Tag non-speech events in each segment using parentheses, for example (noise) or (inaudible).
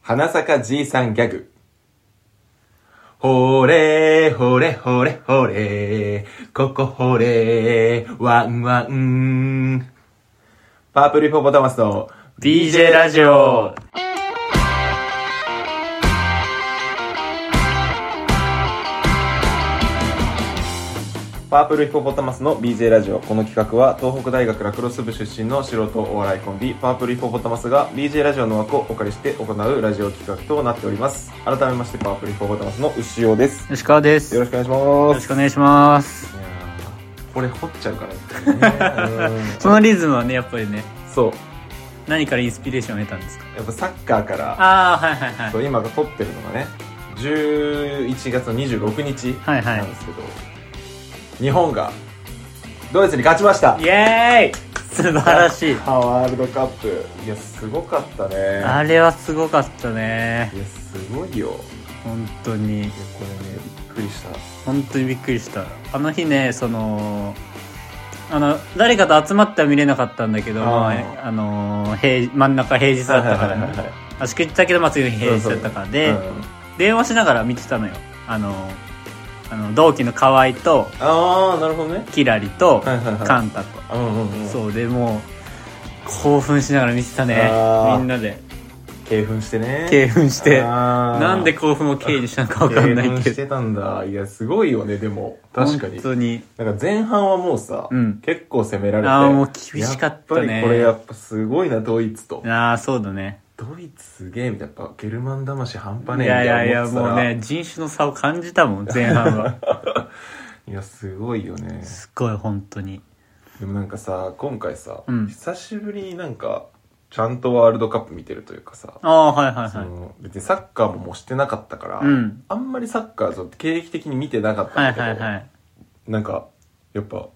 花坂じいさんギャグ。ほれ、ほれ、ほれ、ほれ、ここほれ、ワンワン。パープルヒポポタマスの DJ ラジオパープルヒポポタマスの BJ ラジオこの企画は東北大学ラクロス部出身の素人お笑いコンビパープルヒポポタマスが BJ ラジオの枠をお借りして行うラジオ企画となっております改めましてパープルヒポポタマスの牛尾です吉川ですよろしよくお願いしますろしくお願いしますいやーこれ掘っちゃうからねうんそのリズムはねやっぱりね (laughs) そう何からインスピレーションを得たんですかやっぱサッカーからああはいはいは (laughs) いそう今撮ってるのがね11月の26日はいはいなんですけど、日本がドイツに勝ちましたイエーイ素晴らしいサッカー (laughs) ワールドカップいやすごかったねあれはすごかったねいやすごいよいや本当にこれねびっくりした本当にびっくりしたあの日ねそのあの誰かと集まっては見れなかったんだけどあーまああの平真ん中平日だったから、はいはいはいはいね、あ祝日だけどまあ次の日平日だったからで、うん電話しながら見てたのよあのあの同期の河合とああなるほどねキラリとはいはいはいカンタと、うんうんうんそうでもう興奮しながら見てたねあーみんなで興奮してね興奮してななんで興奮を経緯にしたのかわかんな興い奮けしてどたんだいやすごいよねでも確かに本当になんか前半はもうさ、うん結構攻められてあーもう厳しかったねやっぱりこれやっぱすごいなドイツとああそうだねドイツすげえみたいなやっぱゲルマン魂半端ねえみいやたいやいいなや思ってたらもうね人種の差を感じたもん前半 (laughs) はいやすごいよねすごい本当にでもなんかさ今回さ、うん久しぶりになんかちゃんとワールドカップ見てるというかさ、ああはいはいそはいの別にサッカーももうしてなかったから、うんあんまりサッカーちょっと経歴的に見てなかったはんだいけど、はいはいなんかやっぱ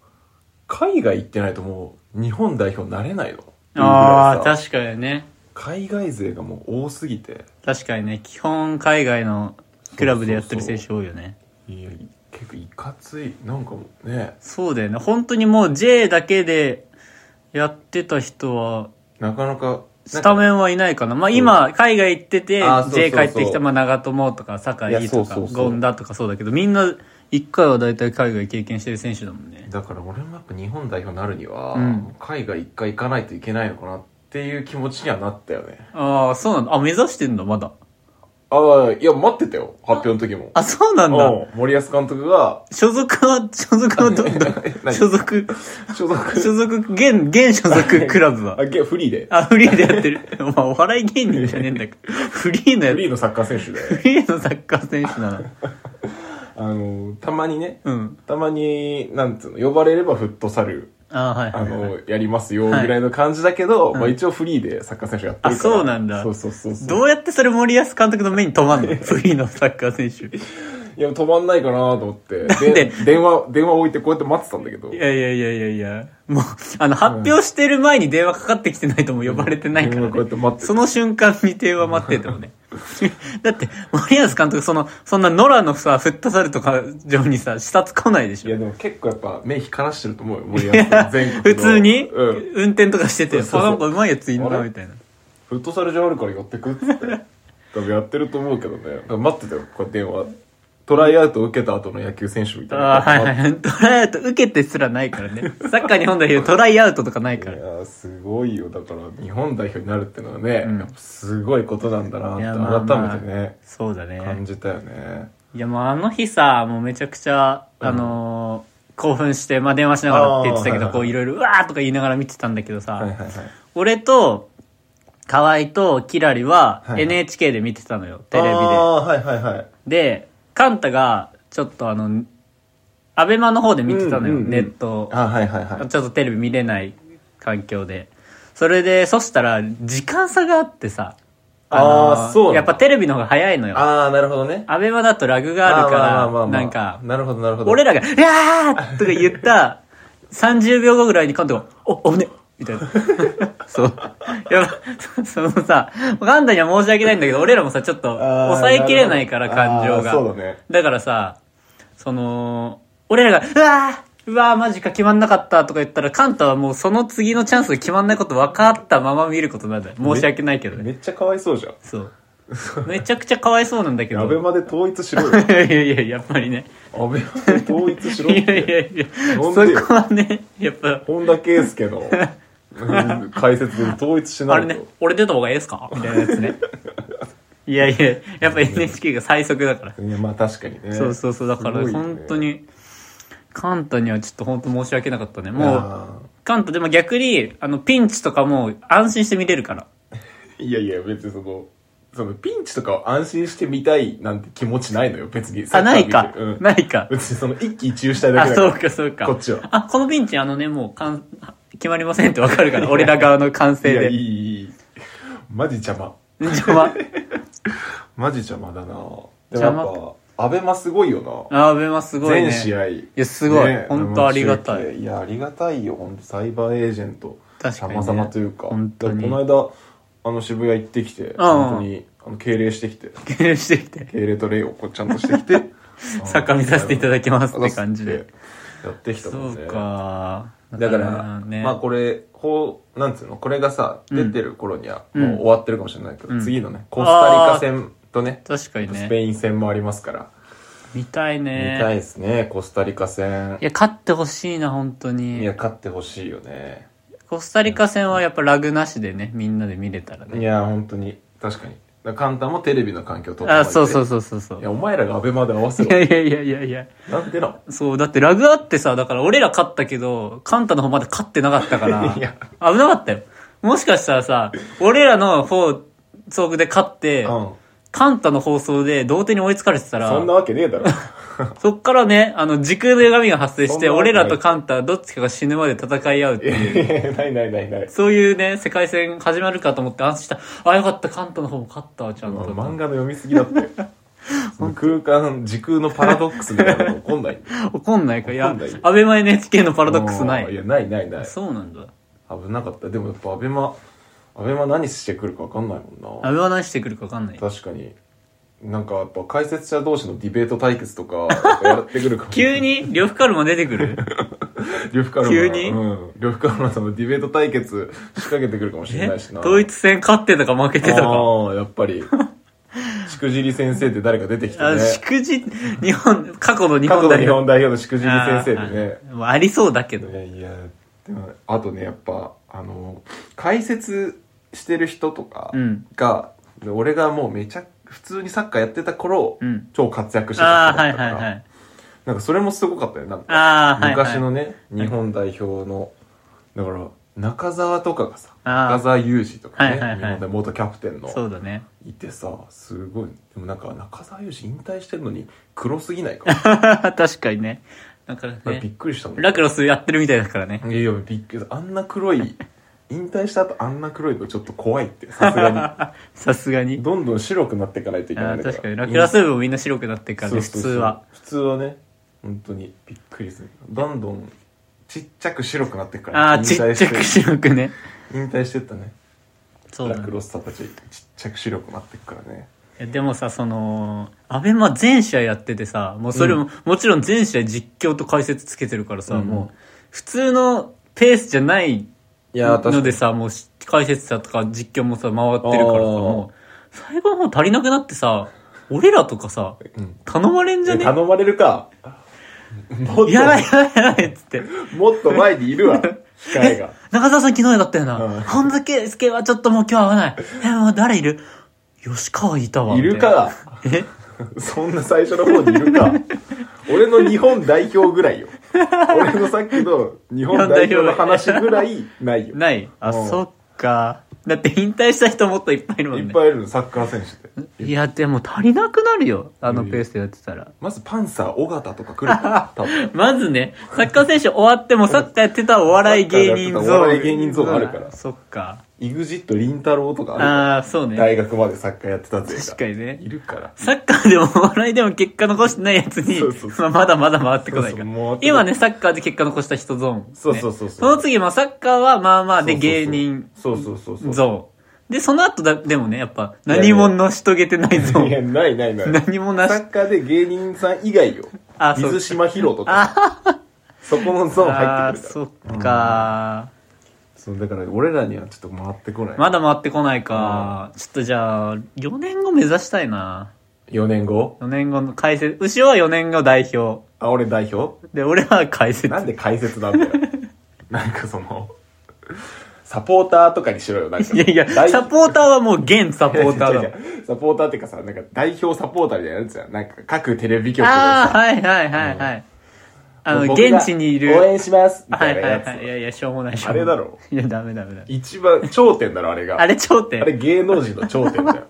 海外行ってないともう日本代表なれないのああっていうぐらいさ確かにね海外勢がもう多すぎて確かにね基本海外のクラブでやってる選手多いよねいや結構いかついなんかもうねそうだよね本当にもう J だけでやってた人はなかなかスタメンンはいないかなまあ今海外行っててあーそうそう J そ帰うってきたまあ長友とかい酒や井そとうかそうそう権田とかそうだけどみんな一回は大体海外経験してる選手だもんねだから俺もやっぱ日本代表になるには、うん海外一回行かないといけないのかなっていう気持ちにはなったよねああそうなんだあ目指してんだまだああいや待ってたよ発表の時もあそうなんだうん森保監督が所属は所属はど (laughs) んだ何所属所 (laughs) 属所属現現所属クラブはあげフリーであフリーでやってるまあお笑い芸人じゃねえんだけど (laughs) フリーのやフつリーのサッカー選手でフリーのサッカー選手なのあのたまにねうん。たまになんつうの呼ばれればフットサルあ (laughs) はいはあいはい、のやりますよぐらいの感じだけど、まあ、一応フリーでサッカー選手やってるからあそうなんだそうそうそうそうどうやってそれ森保監督の目に止まんの (laughs) フリーのサッカー選手。いや止まんないかなと思 (laughs) ってんで電話電話置いてこうやって待ってたんだけどいやいやいやいやいや。もう、あの、発表してる前に電話かかってきてないとも呼ばれてないから、ねうん電話こうやって待ってるその瞬間に電話待っててもね。 (laughs) だって、森保監督、その、そんな野良のさ、フットサルとか上にさ、視察来ないでしいやょ。でも結構やっぱ目光らしてると思うよ森保さん全国の (laughs) 普通に、うん運転とかしてて、そうそうそうあ、なんかうまいやついんあな、れみたいな。フットサル場あるからやってくっつって多分やってると思うけどね待ってたよこうやって電話トライアウト受けた後の野球選手みたいなああ、はいはい。トライアウト受けてすらないからね。サッカー日本代表トライアウトとかないいかやら。ーすごいよだから日本代表になるってのはね、うんやっぱすごいことなんだないやっまあまてあ改めてね、そうだね。感じたよねいや、もうあの日さ、もうめちゃくちゃ、うんあのー興奮して、まあ、電話しながらって言ってたけあーはいど、はいこういろいろ、うわーとか言いながら見てたんだけどさ、はいはいはい俺と、河合とキラリははいはい NHK で見てたのよ、テレビああはいはいはいで。で、カンタが、ちょっとあの、アベマの方で見てたのよ、うんうんうんネットをあはいはいはいちょっとテレビ見れない環境で。それで、そしたら、時間差があってさ、のーあーそうなんだやっぱテレビの方が早いのよ。ああなるほどねアベマだとラグがあるから、なんか、なるほどなるほど俺らが、いやーとか言った30秒後ぐらいにカンタが、お、おねみた (laughs) いな。そう。やば、そそのさ、カンタには申し訳ないんだけど、俺らもさ、ちょっとあー抑えきれないから、感情が。あーそうだねだからさ、その、俺らが、うわーうわーマジか決まんなかったとか言ったら、カンタはもうその次のチャンスが決まんないこと分かったまま見ることなんだよ。申し訳ないけどね。 (laughs) めっちゃかわいそうじゃんそう。めちゃくちゃかわいそうなんだけど。アベマで統一しろ (laughs) よ。いやいやいや、やっぱりね。アベマで統一しいろっやいて。やいや、なそんこでよはね、やっぱ、本田圭佑のうん解説で統一しあなれいねと。、俺出た方がええっすかみたいなや (laughs) つね。いやいや、やっぱ NHK が最速だから。いや、まあ確かにね。そうそうそう、だから、すごいね本当。に、カンタにはちょっと本当申し訳なかったね。もう、あカンタでも逆に、あの、ピンチとかも安心して見れるから。ーいやいや、別にその、そのピンチとかを安心して見たいなんて気持ちないのよ、別に。あ、ないかう。ん。ないか。別にその一喜一憂したいだあ、けだそうか、そうか。こっちはあ、このピンチ、あのね、もう、かん、決まりませんってわかるから、俺ら側の完成いや、いで。い、いい。マジ邪魔。邪魔。マジ邪魔だなでもや邪っ魔ぱ、アベマすごいよな。あ、アベマすごいね。全試合。いやすごい本当ありがたい。いや、ありがたいよ、本当サイバーエージェント。確かにね様々というか。本当にだからこの間、あの渋谷行ってきて、本当に、あの、敬礼してきて、敬礼してきて、敬礼と礼をこうちゃんとしてきて、 (laughs) 作家見させていただきますって感じやで。ってきたそもんうね。か。だから、ね、まあこれ、こう、なんつうの、これがさ、出てる頃には、うんもう終わってるかもしれないけど、うん次のね、コスタリカ戦とね、確かにスね。ペイン戦もありますから、見たいね。見たいですね、コスタリカ戦い。や、勝ってほしいな、本当いにや、。勝ってほしいよね。コスタリカ戦はやっぱラグなしでね、みんなで見れたらいね。や、本当に、確かに。だからカンタもテレビの環境を整えて。あ、そうそうそうそうそう。いや、お前らがアベマで合わせ (laughs) いやろ。いやいやいやいや。なんでなそう、だってラグあってさ、だから俺ら勝ったけど、カンタの方まだ勝ってなかったから、 (laughs) いや危なかったよ。もしかしたらさ、俺らの放送で勝って、の。うん。カンタの放送で同点に追いつかれてたらそん、なわけねえ (laughs) だろ。そっからね、あの、時空の歪みが発生しそんて、なわけ俺ないらとカンタどっちかが死ぬまで戦い合うっていいうやいやないないないない。そういうね、世界戦始まるかと思って安心した。あ、よかった、カンタの方も勝ったわ、ちゃんと。漫画の読みすぎだって。その空間、時空のパラドックスみたいなの起こんない。怒んないか。いや怒んないよ、アベマ NHK のパラドックスなうんいい。や、ないないない。そうなんだ。危なかった。でもやっぱアベマ、アベマ何してくるか分かんないもんアな。ベマ何してくるか分かんない。確かに。なんかやっぱ解説者同士のディベート対決とか、なんかやってくるかも。 (laughs) 急に、呂布カルマ出て (laughs) くる呂布カルマ。急にうん。呂布カルマさんのディベート対決仕掛けてくるかもしれえないしな。統一戦勝ってたか負けてたか。ああ、やっぱ (laughs) り。しくじり先生って誰か出てきてあね。しくじ、日本、過去の日過去の本代日表。本代表のしくじり先生でね。あー。あーありそうだけどい。やいやでもあとねやっぱあの解説してる人とかうんが、俺がもうめちゃ普通にサッカーやってた頃、うん超活躍してあた人だっあ、はいたかはら、いはい。なんかそれもすごかったよなんかああ、はい、はい。昔のね日本代表のだから中澤とかがさあー中澤裕二とかね、はいはいはい日本代元キャプテンそのうだね。 (laughs) いてさすごいでもなんか中澤裕二引退してるのに黒すぎない (laughs) か確かにね。だからびっね、くりしたもんラクロスやってるみたいだからね。いやいや、びっくり。あんな黒い、引退した後あんな黒いのちょっと怖いって、さすがさすがに (laughs) に。。どんどん白くなっていかないといけあなあいーから。確かにラクラス部もみんな白くなってからね普そう通そうそうは。普通はね、本当にびっくりする。どんどんちっちゃく白くなっていくから。ああちっちゃく引白くね退してったね。そうだラクねロスターたち、ちっちゃく白くなっていくからね。いやでもさそのアベマ全試合やっててさもうそれも、もちろん全試合実況と解説つけてるからさ、うんもう普通のペースじゃないいのでさもうし解説者とか実況もさ回ってるからあさーもう最後はもう足りなくなってさ俺らとかさうん頼まれんじゃね頼まれるか。もっやばいと、やばいやばいっつって。もっと前にいる (laughs) わ、控えが。中澤さん昨日だったようんな。本田圭佑はちょっともう今日合わない。え、もう誰いる吉川いたわ。いるか。みたいなそんな最初の方にいるか。俺の日本代表ぐらいよ。俺のさっきの日本代表の話ぐらいないえよ。ないあ、うんそっか。だって引退した人もっといっぱいいるもいっんね。ぱいいるの、サッカー選手で。いや、でも足りなくなるよ。あのペースでやってたら。まずパンサー、尾形とか来るから、多分。 (laughs) まずね、サッカー選手終わってもサッカーやってたお笑い芸人ゾーン。サッカーやってたお笑い芸人ゾーンあるからそっか。イグジット、リンタロウとかあるからああ、そうね。大学までサッカーやってたぜ。確かにねいるから。サッカーでもお笑いでも結果残してないやつにそうそう、そまあまだまだ回ってこないかそうそう回ってら。こない今ね、サッカーで結果残した人ゾーンね。そうそうそうそうその次、まあサッカーはまあまあで芸人そうそうそうそう。ゾーン。で、その後だ、でもね、やっぱやいや何も成し遂げてないゾいーン。や、ないないない。何もなしサッカーで芸人さん以外よ。あそう水島ヒロとか。そこのゾーン入あっあ、てくるから。そっかそうだから俺らにはちょっと回ってこない、まだ回ってこないか。ちょっとじゃあ、4年後目指したいな。 4年後4年後の解説。牛は4年後代表。あ俺代表で、俺は解説。なんで解説なんだ (laughs) よなんかそのサポーターとかにしろよなんかいやいや、代サポーターはもう現サポータ (laughs) ーだもん違う違うサポーターっていうかさなんか代表サポーターみたいなやつじゃんなんか各テレビ局のああ、さはいはいはいはい。あの、僕が現地にい応る。援しますみはたいいなはやいつ、はい。いやいや、しょうもないしょあうもれない。だろいや、ダメダメダメ。一番頂点だろあれがあれ頂点あれ芸能人の頂点じゃん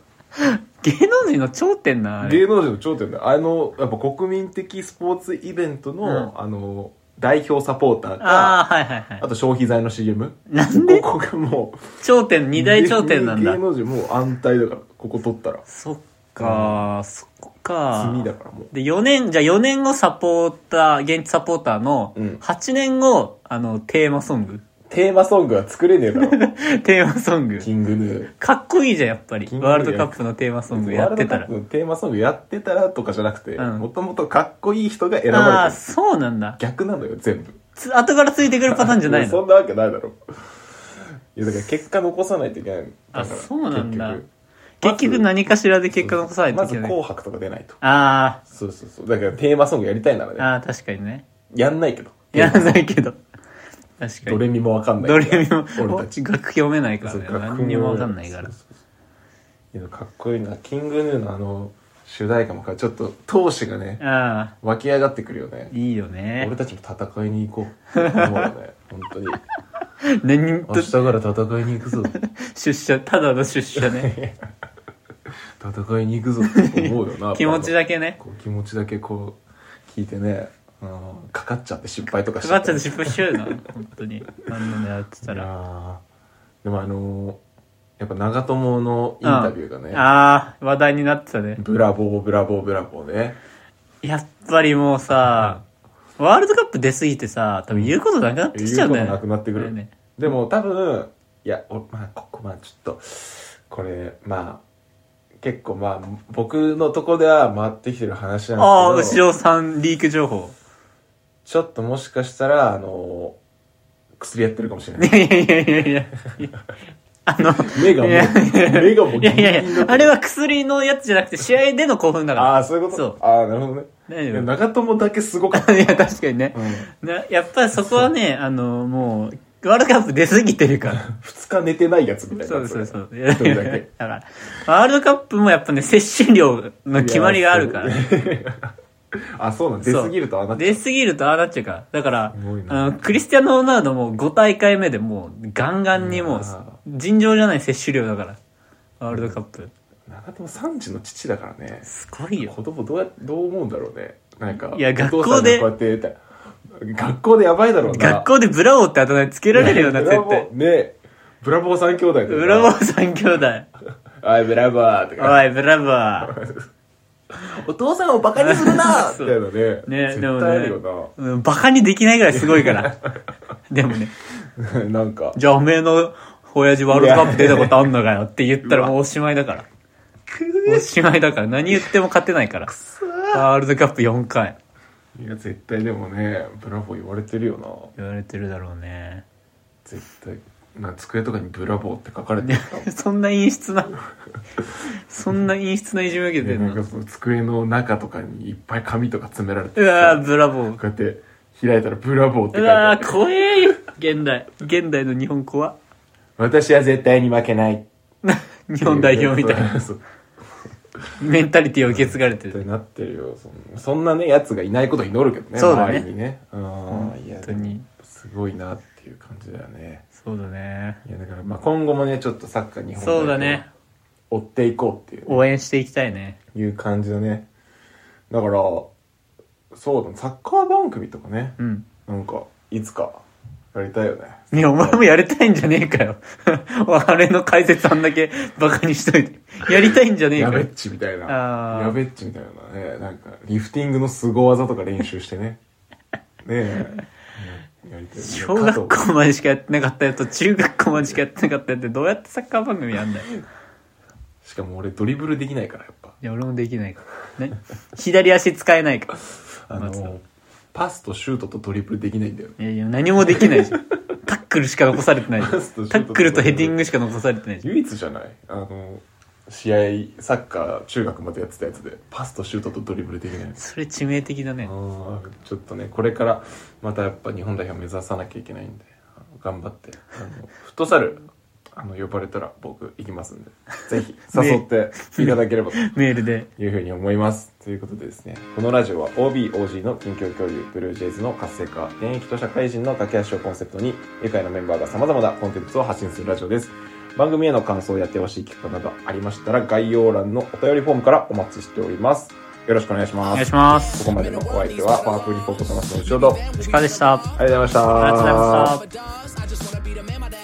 芸能人の頂点 (laughs) な、あれ。芸能人の頂点だあのやっぱ国民的スポーツイベントの、あの代表サポーターあかああ、はいはいはい。と消費財の CM なんでここがもう頂点、二大頂点なんだ芸。能人もう安泰だからここ取ったらそっか、そこか。罪だからもうで、4年、じゃあ4年後サポーター、現地サポーターのうん、 8年後、あの、テーマソング。 (laughs) テーマソングは作れねえだろテーマソング。キングヌーかっこいいじゃん、やっぱり。キングワールドカップのテーマソングやってたワールドカッ。らプのテーマソングやってたらとかじゃなくてうんもともとかっこいい人が選あばあ、れてるそうなんだ。逆なのよ全部つ後からついてくるパターンじゃないやそのんなわけないだろいやだから結果残さないといけないあ、だからそうなんだ結局。結局何かしらで結果残さないとまいずけ「ない。紅白」とか出ないとあそうそうそうだからテーマソングやりたいならあ、ねああ、確かにね。やんないけどやらないけど。確かドに。レミもわかんないどれも、俺たち楽譜読めないからそうね。何にもわかんないからそう。そうそういやかっこいいなキングヌーのあの主題歌もかちょっと闘志がねああ、湧き上がってくるよねいいよね俺。たちも戦いに行こう思うよね本当に何明と日から戦いに行くぞ出社、ただの出社ね。戦いに行くぞって思うよな (laughs) 気持ちだだけね。こう気持ちだけこう聞いてねうんかかっちゃって失敗とかしかちかゃっちゃって失敗しちゃうな。本当に。何でやってたいやら。ーでもあのーやっぱ長友のインタビューがね、うんああ、話題になってたね。ブラボーブラボーブラボーねやっぱりもうさ、ワールドカップ出すぎてさ、多分言うことなくなってきちゃうんだよね。言うことなくなってくるあれねでも多分いやおまあここまあちょっとこれまあ結構まあ僕のとこでは回ってきてる話あなんあ、ですけ牛ど尾さんリーク情報。ちょっともしかしたらあのー薬やってるかもしれないいやいやいやいやいや。あの、目がもういや目がもういやいやギリギいリだや、あれは薬のやつじゃなくて、試合での興奮だから。ああそういうこそとああなるほどね大い丈夫や長友だけすごかった、いや、確かにねう。ん、なやっぱりそこはね、あの、もう、ワールドカップ出過ぎてるから。 2日寝てないやつみたいなそうそうそうう。いや一人だけから、ワールドカップもやっぱね、摂取量の (laughs) 決まりがあるから。あそうなん出そうすぎるとああなっちゃう出すぎるとああなっちゃうから。だからすごい、なあの、クリスティアーノ・ロナウドも5大会目でもう、ガンガンにもううわ、尋常じゃない摂取量だから。ワールドカップ。長友3児の父だからねすごいよ。子供どうやどう思うんだろうねなんかいやお父学さ校んがでこうやってやって学校でやばいだろうな (laughs) 学校でブラボーってあだ名つけられるような、いや絶対。ブラボーねブラボー三兄弟だよなブラボー三兄弟。おいブラボーとか (laughs) おい、ブラボー。お父さんをバカにする (laughs) なみたいなねね、絶で対もあるねよ、うんバカにできないぐらいすごい (laughs) から。でもね、な (laughs) なんかじゃあおめえの親父ワールドカップ出たことあんのかよって言ったらもうおしまいだから。おしまいだから。何言っても勝てないから。ワールドカップ4回。いや絶対でもねブラボー言われてるよな言われてるだろうね。 (laughs) 絶対な机とかにブラボーって書かれてるかもそんな陰湿な、そんな陰湿ないじめ受けてでんなんのかその机の中とかにいっぱい紙とか詰められてうてわーブラボー。こうやって開いたら「ブラボー」って書ういてあわるー怖えよ。現代。現代の日本怖。私は絶対に負けない (laughs) 日本代表みたいなな (laughs) そうメンタリティを受け継がれて絶対る。なってるよそんそんなねやつがいないことを祈るけどねそうだね周りにねうんいや本当にでもすごいなっていう感じだよねそうだね。いやだからまあ今後もねちょっとサッカー日本代そうだ表ね。追っていこうっていう応援していきたいね。いう感じだねだからそうだねサッカー番組とかねうん。なんかいつかやりたいよねいや、お前もやりたいんじゃねえかよ。 (laughs) あれの解説あんだけバカにしといて。やりたいんじゃねえやかべよっ。ちみたいなあーやべっちみたいなねなんかリフティングのすご技とか練習してね (laughs) ねえやりたいね小学加校までしかやってなかったやつと中学校までしかやってなかったやつってどうやってサッカー番組やんだよ。藤しかも俺ドリブルできないからやっぱいや、俺もできないから。ね、左足使えないから。あ松田のパスとシュートとドリブルできないんだよいやいや、何もできないじゃん。タックルしか残されてない。タパスとシュートとックルとヘディングしか残されてない。唯一じゃないあの試合サッカー中学までやってたやつでパスとシュートとドリブルできないんですそれ致命的だね。ちょっとねこれからまたやっぱ日本代表目指さなきゃいけないんであの頑張ってあのフットサルあの呼ばれたら僕行きますんでぜひ誘っていただければとメールで。いうふうに思います。ということでですね、このラジオは OBOG の近況共有、ブルージェイズの活性化、現役と社会人の駆け足をコンセプトに、愉快なメンバーが様々なコンテンツを発信するラジオです。番組への感想をやってほしい企画などありましたら、概要欄のお便りフォームからお待ちしております。よろしくお願いします。お願いします。ここまでのお相手は、パワープリポートマスの後ほど。ありお疲れでした。ありがとうございました。がとうございました。 I just wanna be the man my dad